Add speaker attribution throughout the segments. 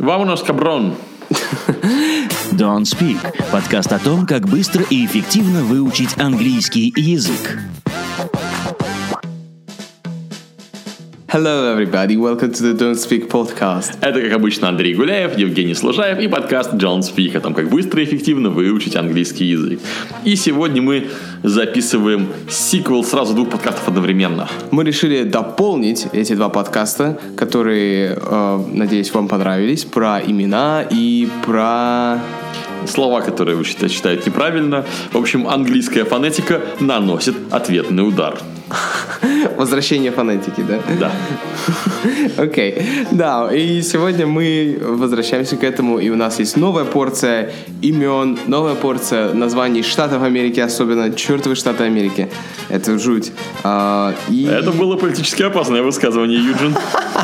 Speaker 1: Vámonos, cabrón.
Speaker 2: Don't Speak – подкаст о том, как быстро и эффективно выучить английский язык.
Speaker 3: Hello, everybody. Welcome to the Don't Speak podcast.
Speaker 1: Это, как обычно, Андрей Гуляев, Евгений Служаев и подкаст John Speak о том, как быстро и эффективно выучить английский язык. И сегодня мы записываем сиквел сразу двух подкастов одновременно.
Speaker 3: Мы решили дополнить эти два подкаста, которые, э, надеюсь, вам понравились, про имена и про...
Speaker 1: Слова, которые вы считаете- читаете неправильно. В общем, английская фонетика наносит ответный удар.
Speaker 3: Возвращение фонетики, да?
Speaker 1: Да.
Speaker 3: Окей. Да, и сегодня мы возвращаемся к этому, и у нас есть новая порция имен, новая порция названий штатов Америки, особенно чертовы штаты Америки. Это жуть. А, и...
Speaker 1: Это было политически опасное высказывание, Юджин.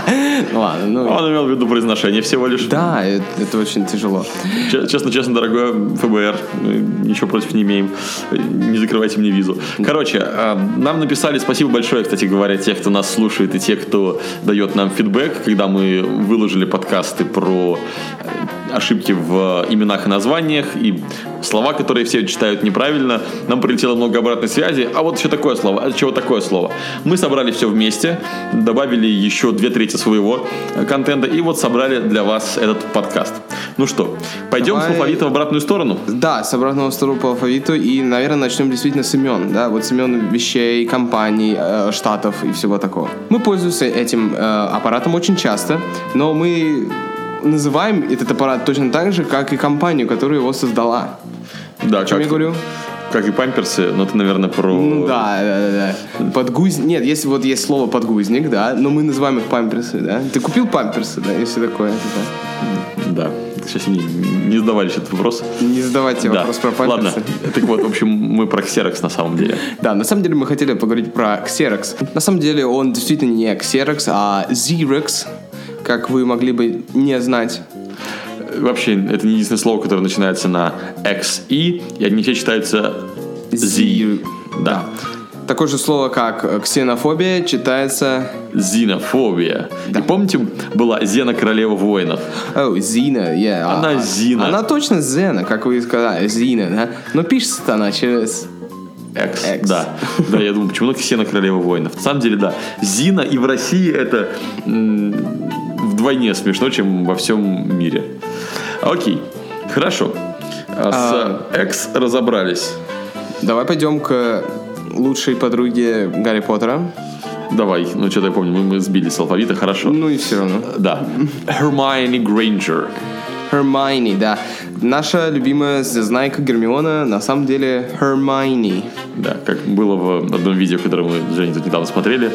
Speaker 3: Ладно, ну...
Speaker 1: Он имел в виду произношение всего лишь.
Speaker 3: Да, это, это очень тяжело.
Speaker 1: Че- Честно, честно, дорогое ФБР, э, ничего против не имеем. Э, Не закрывайте мне визу. Короче, э, нам написали, спасибо большое, кстати говоря, те, кто нас слушает и те, кто дает нам фидбэк, когда мы выложили подкасты про э, ошибки в именах и названиях и слова, которые все читают неправильно. Нам прилетело много обратной связи. А вот еще такое слово, а от чего такое слово. Мы собрали все вместе, добавили еще две трети своего э, контента и вот собрали для вас этот подкаст. Ну что, пойдем
Speaker 3: Давай.
Speaker 1: с алфавита в обратную сторону?
Speaker 3: Да, с обратного второго по алфавиту и, наверное, начнем действительно с имен, да, вот с имен вещей, компаний, э, штатов и всего такого. Мы пользуемся этим э, аппаратом очень часто, но мы называем этот аппарат точно так же, как и компанию, которая его создала.
Speaker 1: Да,
Speaker 3: О чем я говорю?
Speaker 1: Как и памперсы, но ты, наверное, про...
Speaker 3: Ну да, да, да, да. Подгузник. Нет, если вот есть слово подгузник, да, но мы называем их памперсы, да. Ты купил памперсы, да, если такое. типа.
Speaker 1: Да. Сейчас не, не задавали этот вопрос.
Speaker 3: Не задавайте вопрос про памперсы.
Speaker 1: Ладно. Так вот, в общем, мы про ксерокс на самом деле.
Speaker 3: Да, на самом деле мы хотели поговорить про Xerox. На самом деле он действительно не Xerox, а Xerox, как вы могли бы не знать.
Speaker 1: Вообще, это не единственное слово, которое начинается на XE, и они все читаются Z.
Speaker 3: Зи.
Speaker 1: Да.
Speaker 3: Такое же слово, как э, ксенофобия, читается...
Speaker 1: Зинофобия. И помните, была Зена Королева Воинов?
Speaker 3: О, Зина, yeah. а-
Speaker 1: Она
Speaker 3: а-
Speaker 1: Зина.
Speaker 3: Она точно Зена, как вы и сказали, Зина, да? Но пишется она через...
Speaker 1: Экс.
Speaker 3: Экс.
Speaker 1: Да. Да, я думаю, почему только Сена Королева воинов? На самом деле, да. Зина и в России это м, вдвойне смешно, чем во всем мире. Окей. Хорошо. А С Экс разобрались.
Speaker 3: Давай пойдем к лучшей подруге Гарри Поттера.
Speaker 1: Давай, ну что-то я помню, мы, мы сбились с алфавита, хорошо.
Speaker 3: Ну и все равно.
Speaker 1: Да. Hermione Грейнджер.
Speaker 3: Hermione, да. Наша любимая знайка Гермиона на самом деле Hermione.
Speaker 1: Да, как было в одном видео, которое мы с Женей тут недавно смотрели.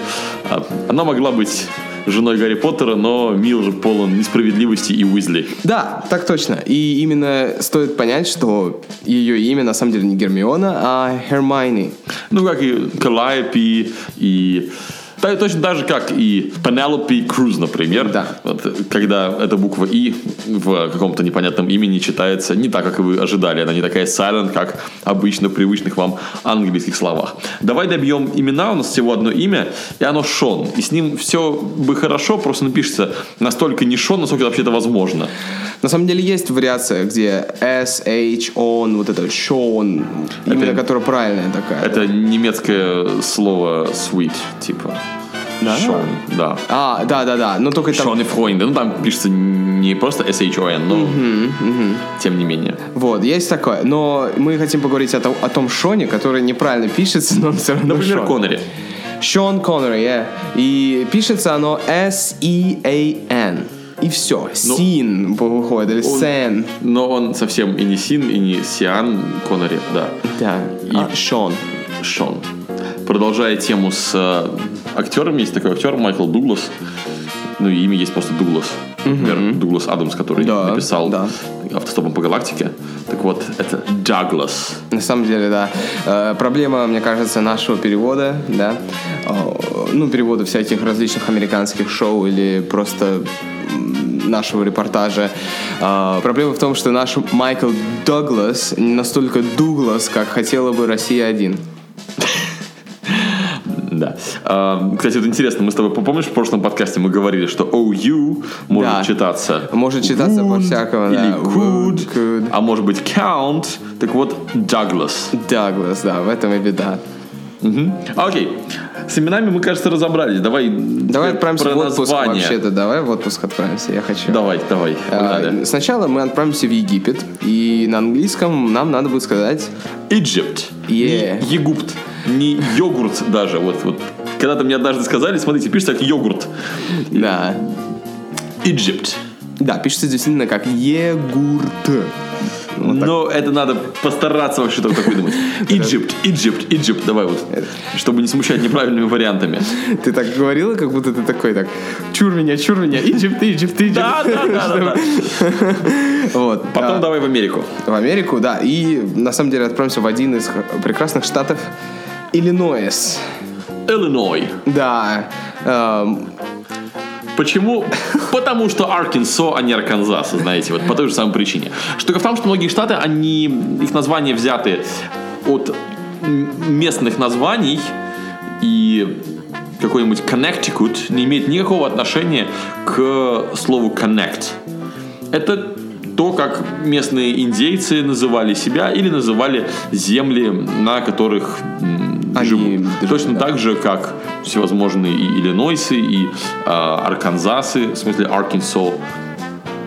Speaker 1: А, Она могла быть женой Гарри Поттера, но Мил же полон несправедливости и Уизли.
Speaker 3: Да, так точно. И именно стоит понять, что ее имя на самом деле не Гермиона, а Hermione.
Speaker 1: Ну, как и Калайпи, и... та- точно так же, как и Пенелопи Круз, например.
Speaker 3: Да.
Speaker 1: Вот, э, когда эта буква «и» в каком-то непонятном имени читается не так, как вы ожидали. Она не такая silent, как обычно в привычных вам английских словах. Давай добьем имена. У нас всего одно имя, и оно Шон. И с ним все бы хорошо, просто напишется настолько не Шон, насколько это вообще-то возможно.
Speaker 3: На самом деле есть вариация, где S, H, on, вот это Шон, именно которая правильная такая.
Speaker 1: Это немецкое слово sweet, типа.
Speaker 3: Да?
Speaker 1: Шон, да.
Speaker 3: А, да-да-да, но только там...
Speaker 1: Шон и Фройнде. Ну, там пишется не просто S-H-O-N, но тем не менее.
Speaker 3: Вот, есть такое. Но мы хотим поговорить о, том- о том Шоне, который неправильно пишется, но он все равно
Speaker 1: Например,
Speaker 3: Ну, Шон.
Speaker 1: Коннери.
Speaker 3: Шон Коннери, yeah. И пишется оно S-E-A-N. И все. Син выходит, или
Speaker 1: Ну, он-
Speaker 3: Сен.
Speaker 1: Но он совсем и не Син, и не Сиан Коннери, да.
Speaker 3: Да. И
Speaker 1: А.
Speaker 3: Шон.
Speaker 1: Шон. Продолжая тему с э, актерами, есть такой актер Майкл Дуглас. Ну, и имя есть просто Дуглас. Например, Дуглас Адамс, который
Speaker 3: Да,
Speaker 1: написал
Speaker 3: да.
Speaker 1: «Автостопом по галактике». Так вот, это Даглас.
Speaker 3: На самом деле, да. Э, Проблема, мне кажется, нашего перевода, да. Э, Ну, перевода всяких различных американских шоу или просто м, нашего репортажа. Э, Проблема в том, что наш Майкл Дуглас не настолько Дуглас, как хотела бы Россия-1.
Speaker 1: Да. А, кстати, вот интересно, мы с тобой, помнишь, в прошлом подкасте мы говорили, что OU может
Speaker 3: Да.
Speaker 1: читаться
Speaker 3: Может читаться
Speaker 1: would
Speaker 3: по-всякому,
Speaker 1: или
Speaker 3: да.
Speaker 1: could,
Speaker 3: Would, could.
Speaker 1: а может быть count. Так вот, Douglas.
Speaker 3: Даглас, да, в этом и беда.
Speaker 1: Мгм. А, Окей. С именами мы, кажется, разобрались. Давай,
Speaker 3: Давай
Speaker 1: теперь
Speaker 3: отправимся
Speaker 1: про
Speaker 3: в отпуск
Speaker 1: название.
Speaker 3: вообще-то. Давай в отпуск отправимся, я хочу.
Speaker 1: Давай, давай.
Speaker 3: А,
Speaker 1: погнали.
Speaker 3: Сначала мы отправимся в Египет, и на английском нам надо будет сказать
Speaker 1: Egypt.
Speaker 3: Yeah.
Speaker 1: Не Егупт. Не йогурт даже. Вот, вот. Когда-то мне однажды сказали, смотрите, пишется как йогурт.
Speaker 3: «да».
Speaker 1: Egypt.
Speaker 3: Да, пишется действительно как «Егурт».
Speaker 1: Но это надо постараться вообще только так выдумать. Egypt, Egypt, Egypt. Давай вот, чтобы не смущать неправильными вариантами.
Speaker 3: Ты так говорила, как будто ты такой так «Чур меня, чур меня, Иджипт, Иджипт, Иджипт».
Speaker 1: Да, да, да, да, да.
Speaker 3: Вот.
Speaker 1: Потом
Speaker 3: А,
Speaker 1: давай в Америку.
Speaker 3: В Америку, да. И на самом деле отправимся в один из х- прекрасных штатов Иллинойс.
Speaker 1: Иллиной.
Speaker 3: Да. эм,
Speaker 1: Почему? Потому что Аркинсо, а не Арканзас, знаете, вот по той же самой причине. Штука в том, что многие штаты, они, их названия взяты от м- местных названий, и какой-нибудь Connecticut не имеет никакого отношения к слову connect. Это то, как местные индейцы называли себя или называли земли, на которых м,
Speaker 3: Они
Speaker 1: живут.
Speaker 3: живут,
Speaker 1: Точно
Speaker 3: да.
Speaker 1: так так же, как всевозможные и Иллинойсы, и э, Арканзасы, в смысле Аркинсо,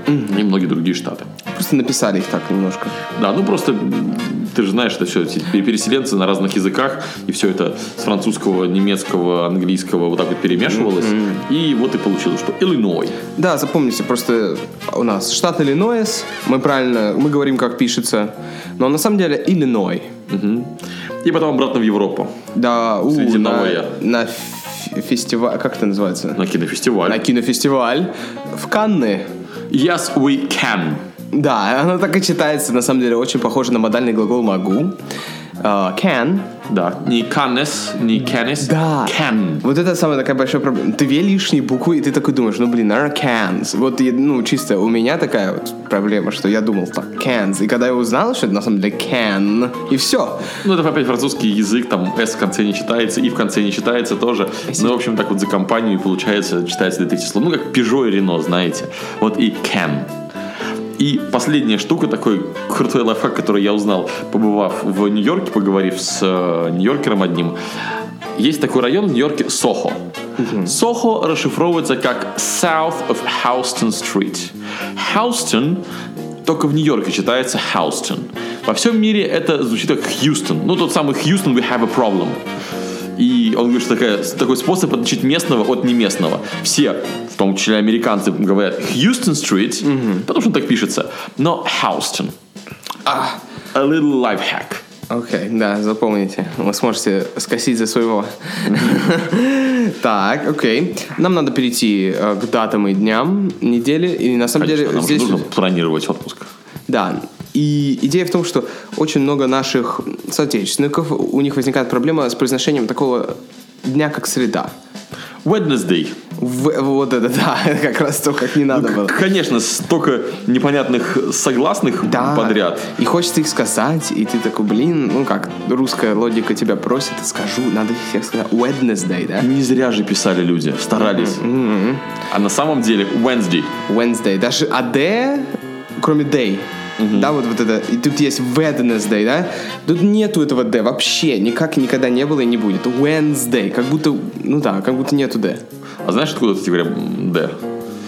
Speaker 1: и многие другие штаты.
Speaker 3: Просто написали их так немножко.
Speaker 1: Да, ну просто м, ты же знаешь, это все переселенцы на разных языках, и все это с французского, немецкого, английского вот так вот перемешивалось, и вот и получилось, что Иллиной.
Speaker 3: Да, запомните, просто у нас штат Иллинойс, мы правильно, мы говорим, как пишется, но на самом деле Иллиной.
Speaker 1: Мгм. И потом обратно в Европу,
Speaker 3: Да, у,
Speaker 1: Средиземноморье.
Speaker 3: на, на ф- фестиваль, как это называется?
Speaker 1: на кинофестиваль.
Speaker 3: На кинофестиваль в Канны.
Speaker 1: Yes, we can.
Speaker 3: Да, оно так и читается, на самом деле, очень похоже на модальный глагол «могу». А, can.
Speaker 1: Да, не cannes, не canis,
Speaker 3: Да.
Speaker 1: can.
Speaker 3: Вот это самая такая большая проблема. Две лишние буквы, и ты такой думаешь, ну, блин, наверное, cans. Вот, я- ну, чисто у меня такая вот проблема, что я думал так, cans. И когда я узнал, что это на самом деле can, и все.
Speaker 1: Ну, это опять французский язык, там S в конце не читается, и в конце не читается тоже. Ну, в общем, так вот за компанию и получается читается это число. Ну, как Peugeot и Renault, знаете. Вот и can. И последняя штука, такой крутой лайфхак, который я узнал, побывав в Нью-Йорке, поговорив с э, нью-йоркером одним. Есть такой район в Нью-Йорке Сохо. Сохо расшифровывается как South of Houston Street. Houston только в Нью-Йорке читается Houston. Во всем мире это звучит как Хьюстон. Ну, тот самый Хьюстон, we have a problem. И он говорит, что такая- такой способ отличить местного от неместного. Все, в том числе американцы, говорят Houston Street, потому что он так пишется, но Houston.
Speaker 3: А,
Speaker 1: A little life hack.
Speaker 3: окей, да, запомните. Вы сможете скосить за своего. Так, окей. Нам надо перейти э, к датам и дням недели. И на самом
Speaker 1: Конечно,
Speaker 3: деле
Speaker 1: нам же
Speaker 3: здесь...
Speaker 1: нужно планировать отпуск.
Speaker 3: Да. И идея в том, что очень много наших соотечественников, у них возникает проблема с произношением такого дня, как среда.
Speaker 1: Wednesday.
Speaker 3: В- вот это, да, это как раз то, как не
Speaker 1: Ну,
Speaker 3: надо было.
Speaker 1: Конечно, столько непонятных согласных
Speaker 3: Да.
Speaker 1: подряд.
Speaker 3: И хочется их сказать, и ты такой, блин, ну как, русская логика тебя просит, скажу, надо их всех сказать. Wednesday, да?
Speaker 1: Не зря же писали люди, старались. А на самом деле Wednesday.
Speaker 3: Wednesday. Даже АД, кроме day. Да, вот, вот это. И тут есть Wednesday, да? Тут нету этого D вообще. Никак никогда не было и не будет. Wednesday. Как будто, ну да, как будто нету D.
Speaker 1: А знаешь, откуда, кстати говоря, Д?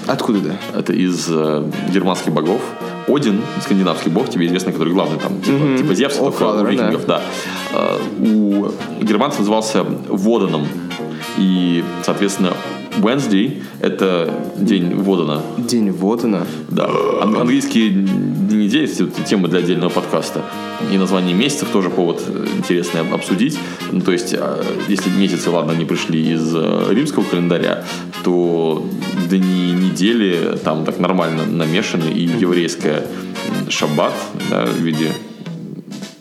Speaker 3: Откуда D?
Speaker 1: Это из э, германских богов. Один, скандинавский бог, тебе известно, который главный там, типа, типа Зевс,
Speaker 3: О,
Speaker 1: только у
Speaker 3: Father,
Speaker 1: викингов, да. Э, у германцев назывался Воданом. И, соответственно, Wednesday — это день Водана.
Speaker 3: День вот она.
Speaker 1: Да. Ан- Английские дни недели, кстати, вот тема для отдельного подкаста. И название месяцев тоже повод э, интересный об- обсудить. Ну, то есть, э, если месяцы, ладно, не пришли из э, римского календаря, то дни недели там так нормально намешаны. И еврейская м, шаббат да, в виде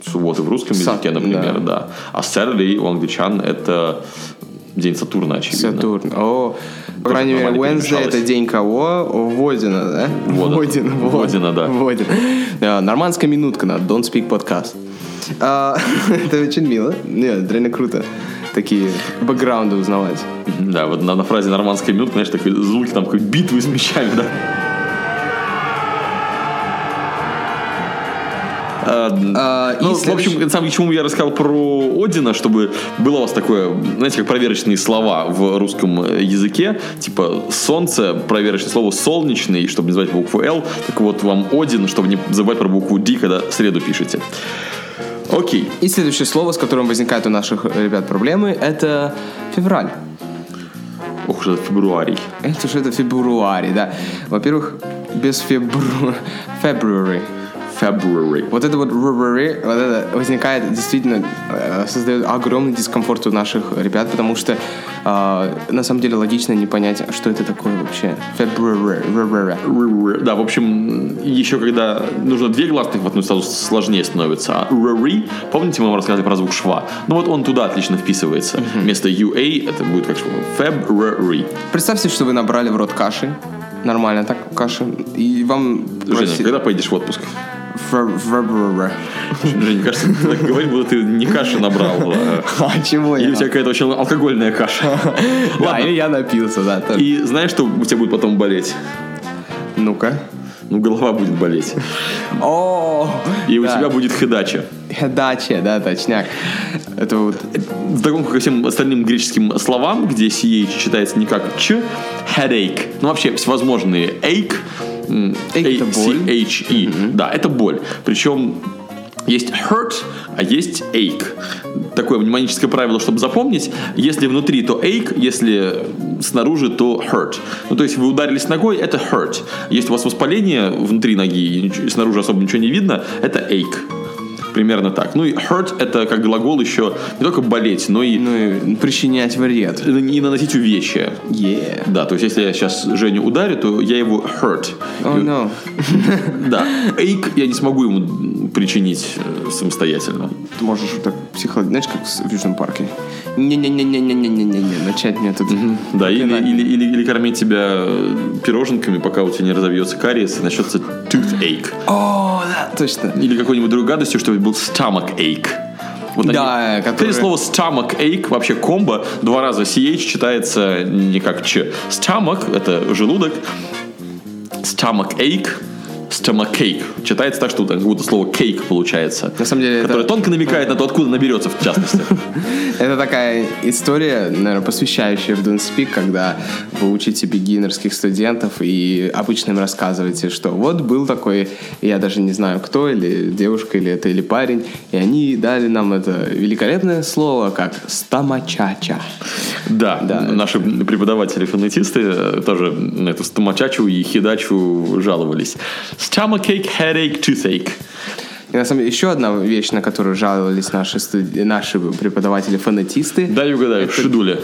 Speaker 1: субботы в русском
Speaker 3: Сат-
Speaker 1: языке, например, да.
Speaker 3: да.
Speaker 1: А Saturday у англичан это день Сатурна, очевидно.
Speaker 3: Сатурн. О, по крайней мере,
Speaker 1: нормально
Speaker 3: Wednesday
Speaker 1: перемешалось.
Speaker 3: это день кого? Водина, да?
Speaker 1: Воден.
Speaker 3: Водин, вот.
Speaker 1: Водина, да.
Speaker 3: Водин. Да, Нормандская А, минутка на Don't Speak Podcast. А, Это очень мило. Нет, это реально круто. такие бэкграунды узнавать.
Speaker 1: Да, вот на, на фразе «нормандская минута», знаешь, такие звуки там, как битвы с мечами, да. А,
Speaker 3: А, и
Speaker 1: ну, в
Speaker 3: следующий-
Speaker 1: общем, это самое, к чему я рассказал про Одина, чтобы было у вас такое, знаете, как проверочные слова в русском э, языке, типа солнце, проверочное слово солнечный, чтобы не звать букву Л, так вот вам Один, чтобы не забывать про букву Д, когда среду пишете. Окей.
Speaker 3: И следующее слово, с которым возникают у наших э, ребят проблемы, это февраль.
Speaker 1: Ох уж этот феврарий.
Speaker 3: Это же это фебруарий, да. Во-первых, без фебру... February.
Speaker 1: February.
Speaker 3: Вот это вот «ры-ры-ры», вот это возникает действительно, э, создает огромный дискомфорт у наших ребят, потому что э, на самом деле логично не понять, что это такое вообще. February. «ры-ры-ры».
Speaker 1: Р-р-р. Да, в общем, еще когда нужно две гласных в одну сразу сложнее становится. А ри, помните, мы вам рассказывали про звук шва? Ну вот он туда отлично вписывается. Вместо UA это будет как шва. February.
Speaker 3: Представьте, что вы набрали в рот каши. Нормально так, каши. И вам...
Speaker 1: Женя,
Speaker 3: проси-
Speaker 1: а когда поедешь в отпуск?
Speaker 3: «Фе- «ры-ры-ры».
Speaker 1: Женя, кажется, ты так говоришь, будто ты не каши набрал. а-
Speaker 3: А чего
Speaker 1: Или у
Speaker 3: я?
Speaker 1: тебя какая-то очень алкогольная каша.
Speaker 3: Да, или я напился, да. тоже.
Speaker 1: И знаешь, что у тебя будет потом болеть?
Speaker 3: Ну-ка.
Speaker 1: Ну, голова будет болеть.
Speaker 3: О,
Speaker 1: И у
Speaker 3: да.
Speaker 1: тебя будет хедача.
Speaker 3: Дача, да, точняк. Это вот...
Speaker 1: в таком, как и всем остальным греческим словам, где CH читается не как Ч, headache. Ну, вообще, всевозможные ache, м, э,
Speaker 3: Ache это боль.
Speaker 1: A-C-H-E. E. Да, это боль. Причем есть hurt, а есть ache. Такое мнемоническое правило, чтобы запомнить. Если внутри, то ache, если снаружи, то hurt. Ну, то есть вы ударились ногой, это hurt. Если у вас воспаление внутри ноги и нич- и снаружи особо ничего не видно, это ache. Примерно так. Ну и hurt это как глагол еще не только болеть, но и,
Speaker 3: Ну, и причинять вред.
Speaker 1: и наносить увечья.
Speaker 3: Yeah.
Speaker 1: Да, то есть если я сейчас Женю ударю, то я его hurt.
Speaker 3: Oh, no.
Speaker 1: Да. Ache я не смогу ему причинить э, самостоятельно.
Speaker 3: Ты можешь вот так психолог... Знаешь, как с- в Южном парке? Не-не-не-не-не-не-не-не. Начать мне тут...
Speaker 1: Да, или,
Speaker 3: Напоминание.
Speaker 1: или, или, или кормить тебя э, пироженками, пока у тебя не разовьется кариес, и начнется tooth ache.
Speaker 3: А О, да, точно.
Speaker 1: Или какой-нибудь другой гадостью, чтобы был stomach ache. Вот
Speaker 3: Да,
Speaker 1: Кстати,
Speaker 3: которые-
Speaker 1: слово stomach ache, вообще комбо, два раза CH читается не как Ч. Stomach – это желудок. Stomach ache – stomach ache. Читается так, что так, как будто слово cake получается.
Speaker 3: На самом деле, это-
Speaker 1: Которое тонко намекает на то, откуда наберется, в частности.
Speaker 3: Это такая история, наверное, посвящающая в Don't Speak, когда вы учите бигинерских студентов и обычно им рассказываете, что вот был такой, я даже не знаю кто, или девушка, или это, или парень, и они дали нам это великолепное слово, как «стамачача».
Speaker 1: Да,
Speaker 3: Да.
Speaker 1: наши преподаватели-фонетисты э, тоже на эту стомачачу и хидачу жаловались. Stomach ache, headache, toothache.
Speaker 3: И на самом деле еще одна вещь, на которую жаловались наши, студ- наши преподаватели-фонетисты,
Speaker 1: Дай угадаю, шидуля.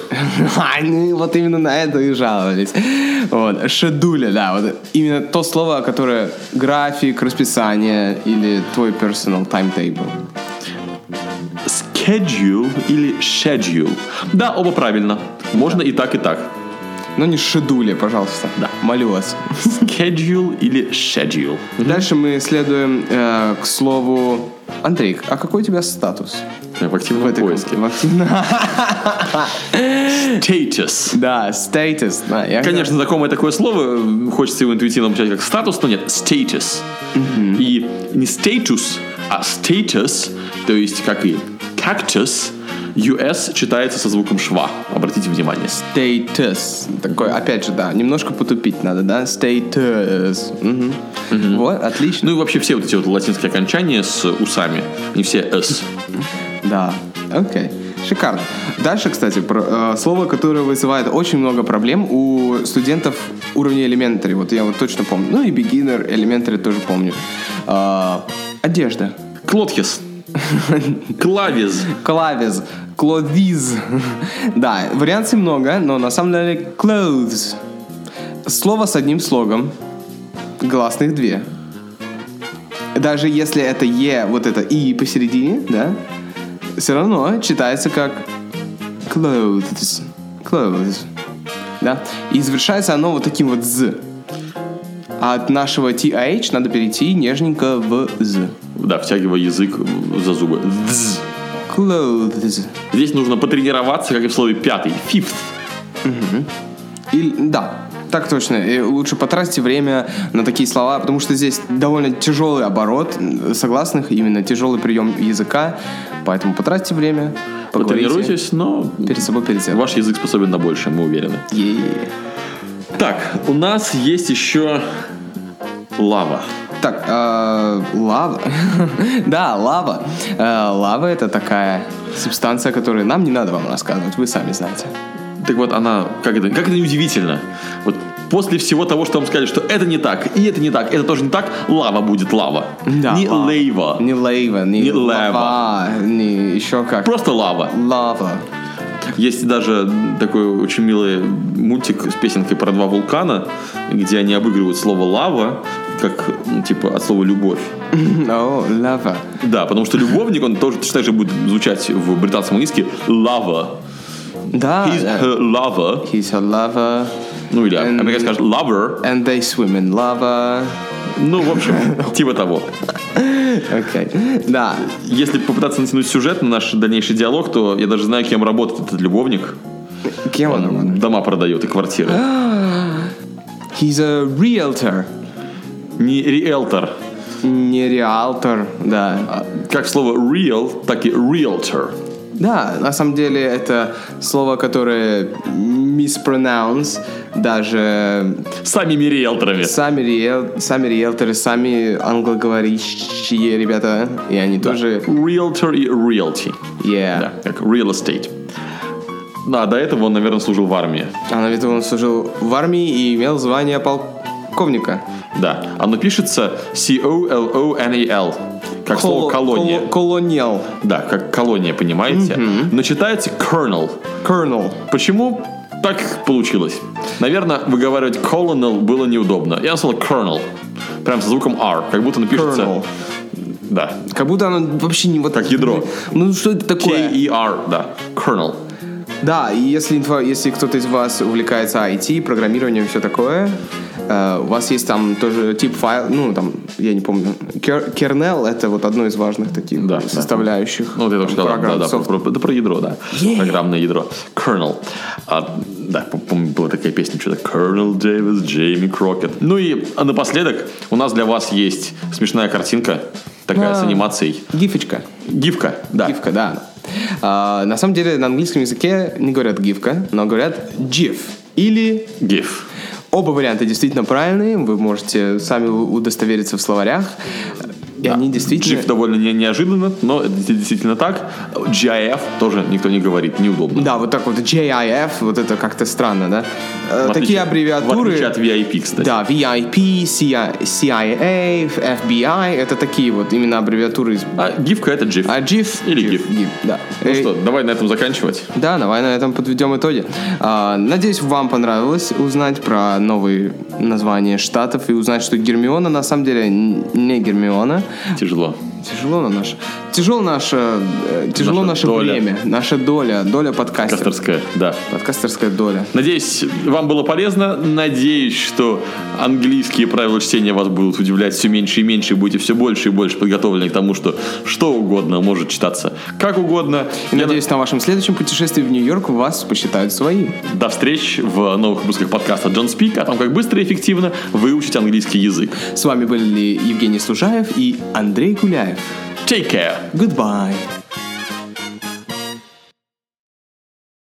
Speaker 3: Они ну вот именно на это и жаловались. Вот, шедуля, да, вот именно то слово, которое график, расписание или твой personal timetable.
Speaker 1: Schedule или schedule. Да, оба правильно. Можно и так, и так.
Speaker 3: Но не шедуля, пожалуйста.
Speaker 1: Да.
Speaker 3: Молю вас.
Speaker 1: Schedule или schedule.
Speaker 3: Дальше мы следуем э, к слову... Андрей, а какой у тебя статус?
Speaker 1: Я в активном
Speaker 3: этой
Speaker 1: поиске.
Speaker 3: кон- в активном-
Speaker 1: Status.
Speaker 3: Да, status. да, я-
Speaker 1: Конечно, знакомое такое слово, э, хочется его интуитивно обучать как статус, но нет, status. И не status, а status, то есть как и cactus, US читается со звуком шва. Обратите внимание.
Speaker 3: Status. Такой, опять же, да, немножко потупить надо, да? Status. Мгм. Вот, отлично.
Speaker 1: Ну и вообще все вот эти вот латинские окончания с усами, не все S.
Speaker 3: Да, окей. Шикарно. Дальше, кстати, про- э, слово, которое вызывает очень много проблем у студентов уровня элементари. Вот я вот точно помню. Ну и beginner, элементари тоже помню. Э, одежда.
Speaker 1: Клотхес. Клавис.
Speaker 3: Клавис. Кловиз. Да, вариаций много, но на самом деле clothes. Слово с одним слогом. Гласных две. Даже если это Е, вот это И посередине, да, все равно читается как clothes. Clothes. Да? И завершается оно вот таким вот З. А от нашего TH надо перейти нежненько в З.
Speaker 1: Да, втягивая язык за зубы. Дз.
Speaker 3: Clothes.
Speaker 1: Здесь нужно потренироваться, как и в слове пятый, fifth.
Speaker 3: И, да, так точно. И лучше потратьте время на такие слова, потому что здесь довольно тяжелый оборот согласных, именно тяжелый прием языка. Поэтому потратьте время, поговорите
Speaker 1: Потренируйтесь, но
Speaker 3: перед собой, перед тем.
Speaker 1: ваш язык способен на большее, мы уверены.
Speaker 3: Е-е-е.
Speaker 1: Так, у нас есть еще лава.
Speaker 3: Так, э, лава. да, лава. Э, лава это такая субстанция, которую нам не надо вам рассказывать, вы сами знаете.
Speaker 1: Так вот, она, как это, как это неудивительно. Вот после всего того, что вам сказали, что это не так, и это не так, это тоже не так, лава будет лава. не
Speaker 3: лава.
Speaker 1: лейва.
Speaker 3: Не лейва, не,
Speaker 1: Не
Speaker 3: лава, не еще как.
Speaker 1: Просто лава.
Speaker 3: Лава.
Speaker 1: Есть даже такой очень милый мультик с песенкой про два вулкана, где они обыгрывают слово лава, как ну, типа от слова любовь.
Speaker 3: О, лава.
Speaker 1: Да, потому что любовник, он тоже точно так же будет звучать в британском языке лава.
Speaker 3: Да.
Speaker 1: He's
Speaker 3: А, да.
Speaker 1: her lover.
Speaker 3: He's a lover.
Speaker 1: Ну или
Speaker 3: And-
Speaker 1: американцы скажут lover.
Speaker 3: And they swim in lava.
Speaker 1: Ну, в общем, типа того.
Speaker 3: Окей. Да.
Speaker 1: Если попытаться натянуть сюжет на наш дальнейший диалог, то я даже знаю, кем работает этот любовник.
Speaker 3: Кем он? был?
Speaker 1: Он дома продает и квартиры.
Speaker 3: He's a realtor.
Speaker 1: Не риэлтор.
Speaker 3: Не реалтор, да.
Speaker 1: а Как слово real, так и realtor.
Speaker 3: Да, на самом деле это слово, которое mispronounce даже
Speaker 1: Самими риэлторами.
Speaker 3: сами, риэл- сами риэлторы, сами англоговорящие ребята, и они тоже...
Speaker 1: Realtor и realty.
Speaker 3: Yeah.
Speaker 1: Да, как real estate. Да, до этого он, наверное, служил в армии.
Speaker 3: А на виду он служил в армии и имел звание полковника.
Speaker 1: Да. Оно пишется C-O-L-O-N-A-L. Как слово
Speaker 3: Коло-
Speaker 1: колония.
Speaker 3: коло- Колониал.
Speaker 1: Да, как колония, понимаете? Но читается colonel.
Speaker 3: Colonel.
Speaker 1: Почему так получилось? Наверное, выговаривать colonel было неудобно. Я сказал colonel. Прям со звуком R, как будто напишется...
Speaker 3: Colonel.
Speaker 1: Да.
Speaker 3: Как будто оно вообще не вот...
Speaker 1: Как ядро.
Speaker 3: Ну что это такое?
Speaker 1: K-E-R, E да. Colonel.
Speaker 3: Да, и если, инфо- если кто-то из вас увлекается IT, программированием, все такое, э, у вас есть там тоже тип файл, ну там, я не помню, кер- кернел это вот одно из важных таких
Speaker 1: Да, да.
Speaker 3: составляющих.
Speaker 1: Ну, вот я только что сказал, да,
Speaker 3: программ,
Speaker 1: да,
Speaker 3: софт.
Speaker 1: про, про- да, про ядро, да. Программное ядро. Colonel. А, да, пом- помню, была такая песня, что-то Colonel Дэвис, Джейми Крокет. Ну и а напоследок у нас для вас есть смешная картинка, такая с
Speaker 3: А.
Speaker 1: анимацией.
Speaker 3: Гифочка.
Speaker 1: Гифка, да.
Speaker 3: Гифка, да. А, на самом деле на английском языке не говорят гифка, но говорят GIF. Или
Speaker 1: Гиф.
Speaker 3: оба варианта действительно правильные, вы можете сами удостовериться в словарях. И они действительно...
Speaker 1: GIF А, довольно не- неожиданно, но это действительно так. GIF тоже никто не говорит, неудобно.
Speaker 3: Да, вот так вот JIF, вот это как-то странно, да? Э,
Speaker 1: В отличие-
Speaker 3: Такие
Speaker 1: В
Speaker 3: аббревиатуры.
Speaker 1: отличие от VIP, кстати.
Speaker 3: Да, VIP, CIA, CIA, FBI, это такие вот именно аббревиатуры. из-
Speaker 1: А гифка это GIF.
Speaker 3: А GIF?
Speaker 1: Или GIF.
Speaker 3: да.
Speaker 1: Ну
Speaker 3: Э,
Speaker 1: что, давай на этом заканчивать.
Speaker 3: Да, давай на этом подведем итоги. А, надеюсь, вам понравилось узнать про новые названия штатов и узнать, что Гермиона на самом деле н- не Гермиона.
Speaker 1: Тяжело.
Speaker 3: Тяжело на наше... Тяжело наше... э, Тяжело
Speaker 1: Наша
Speaker 3: наше
Speaker 1: доля.
Speaker 3: время. Наша доля. Доля подкастера.
Speaker 1: Кастерская, да.
Speaker 3: Подкастерская доля.
Speaker 1: Надеюсь, вам было полезно. Надеюсь, что английские правила чтения вас будут удивлять все меньше и меньше, и будете все больше и больше подготовлены к тому, что что угодно может читаться как угодно.
Speaker 3: И
Speaker 1: Я
Speaker 3: надеюсь, на вашем следующем путешествии в Нью-Йорк вас посчитают своим.
Speaker 1: на- До встреч в новых выпусках подкаста John Speak, о том, как быстро и эффективно выучить английский язык.
Speaker 3: С вами были Евгений Служаев и Андрей Гуляев.
Speaker 1: Take care!
Speaker 3: Goodbye.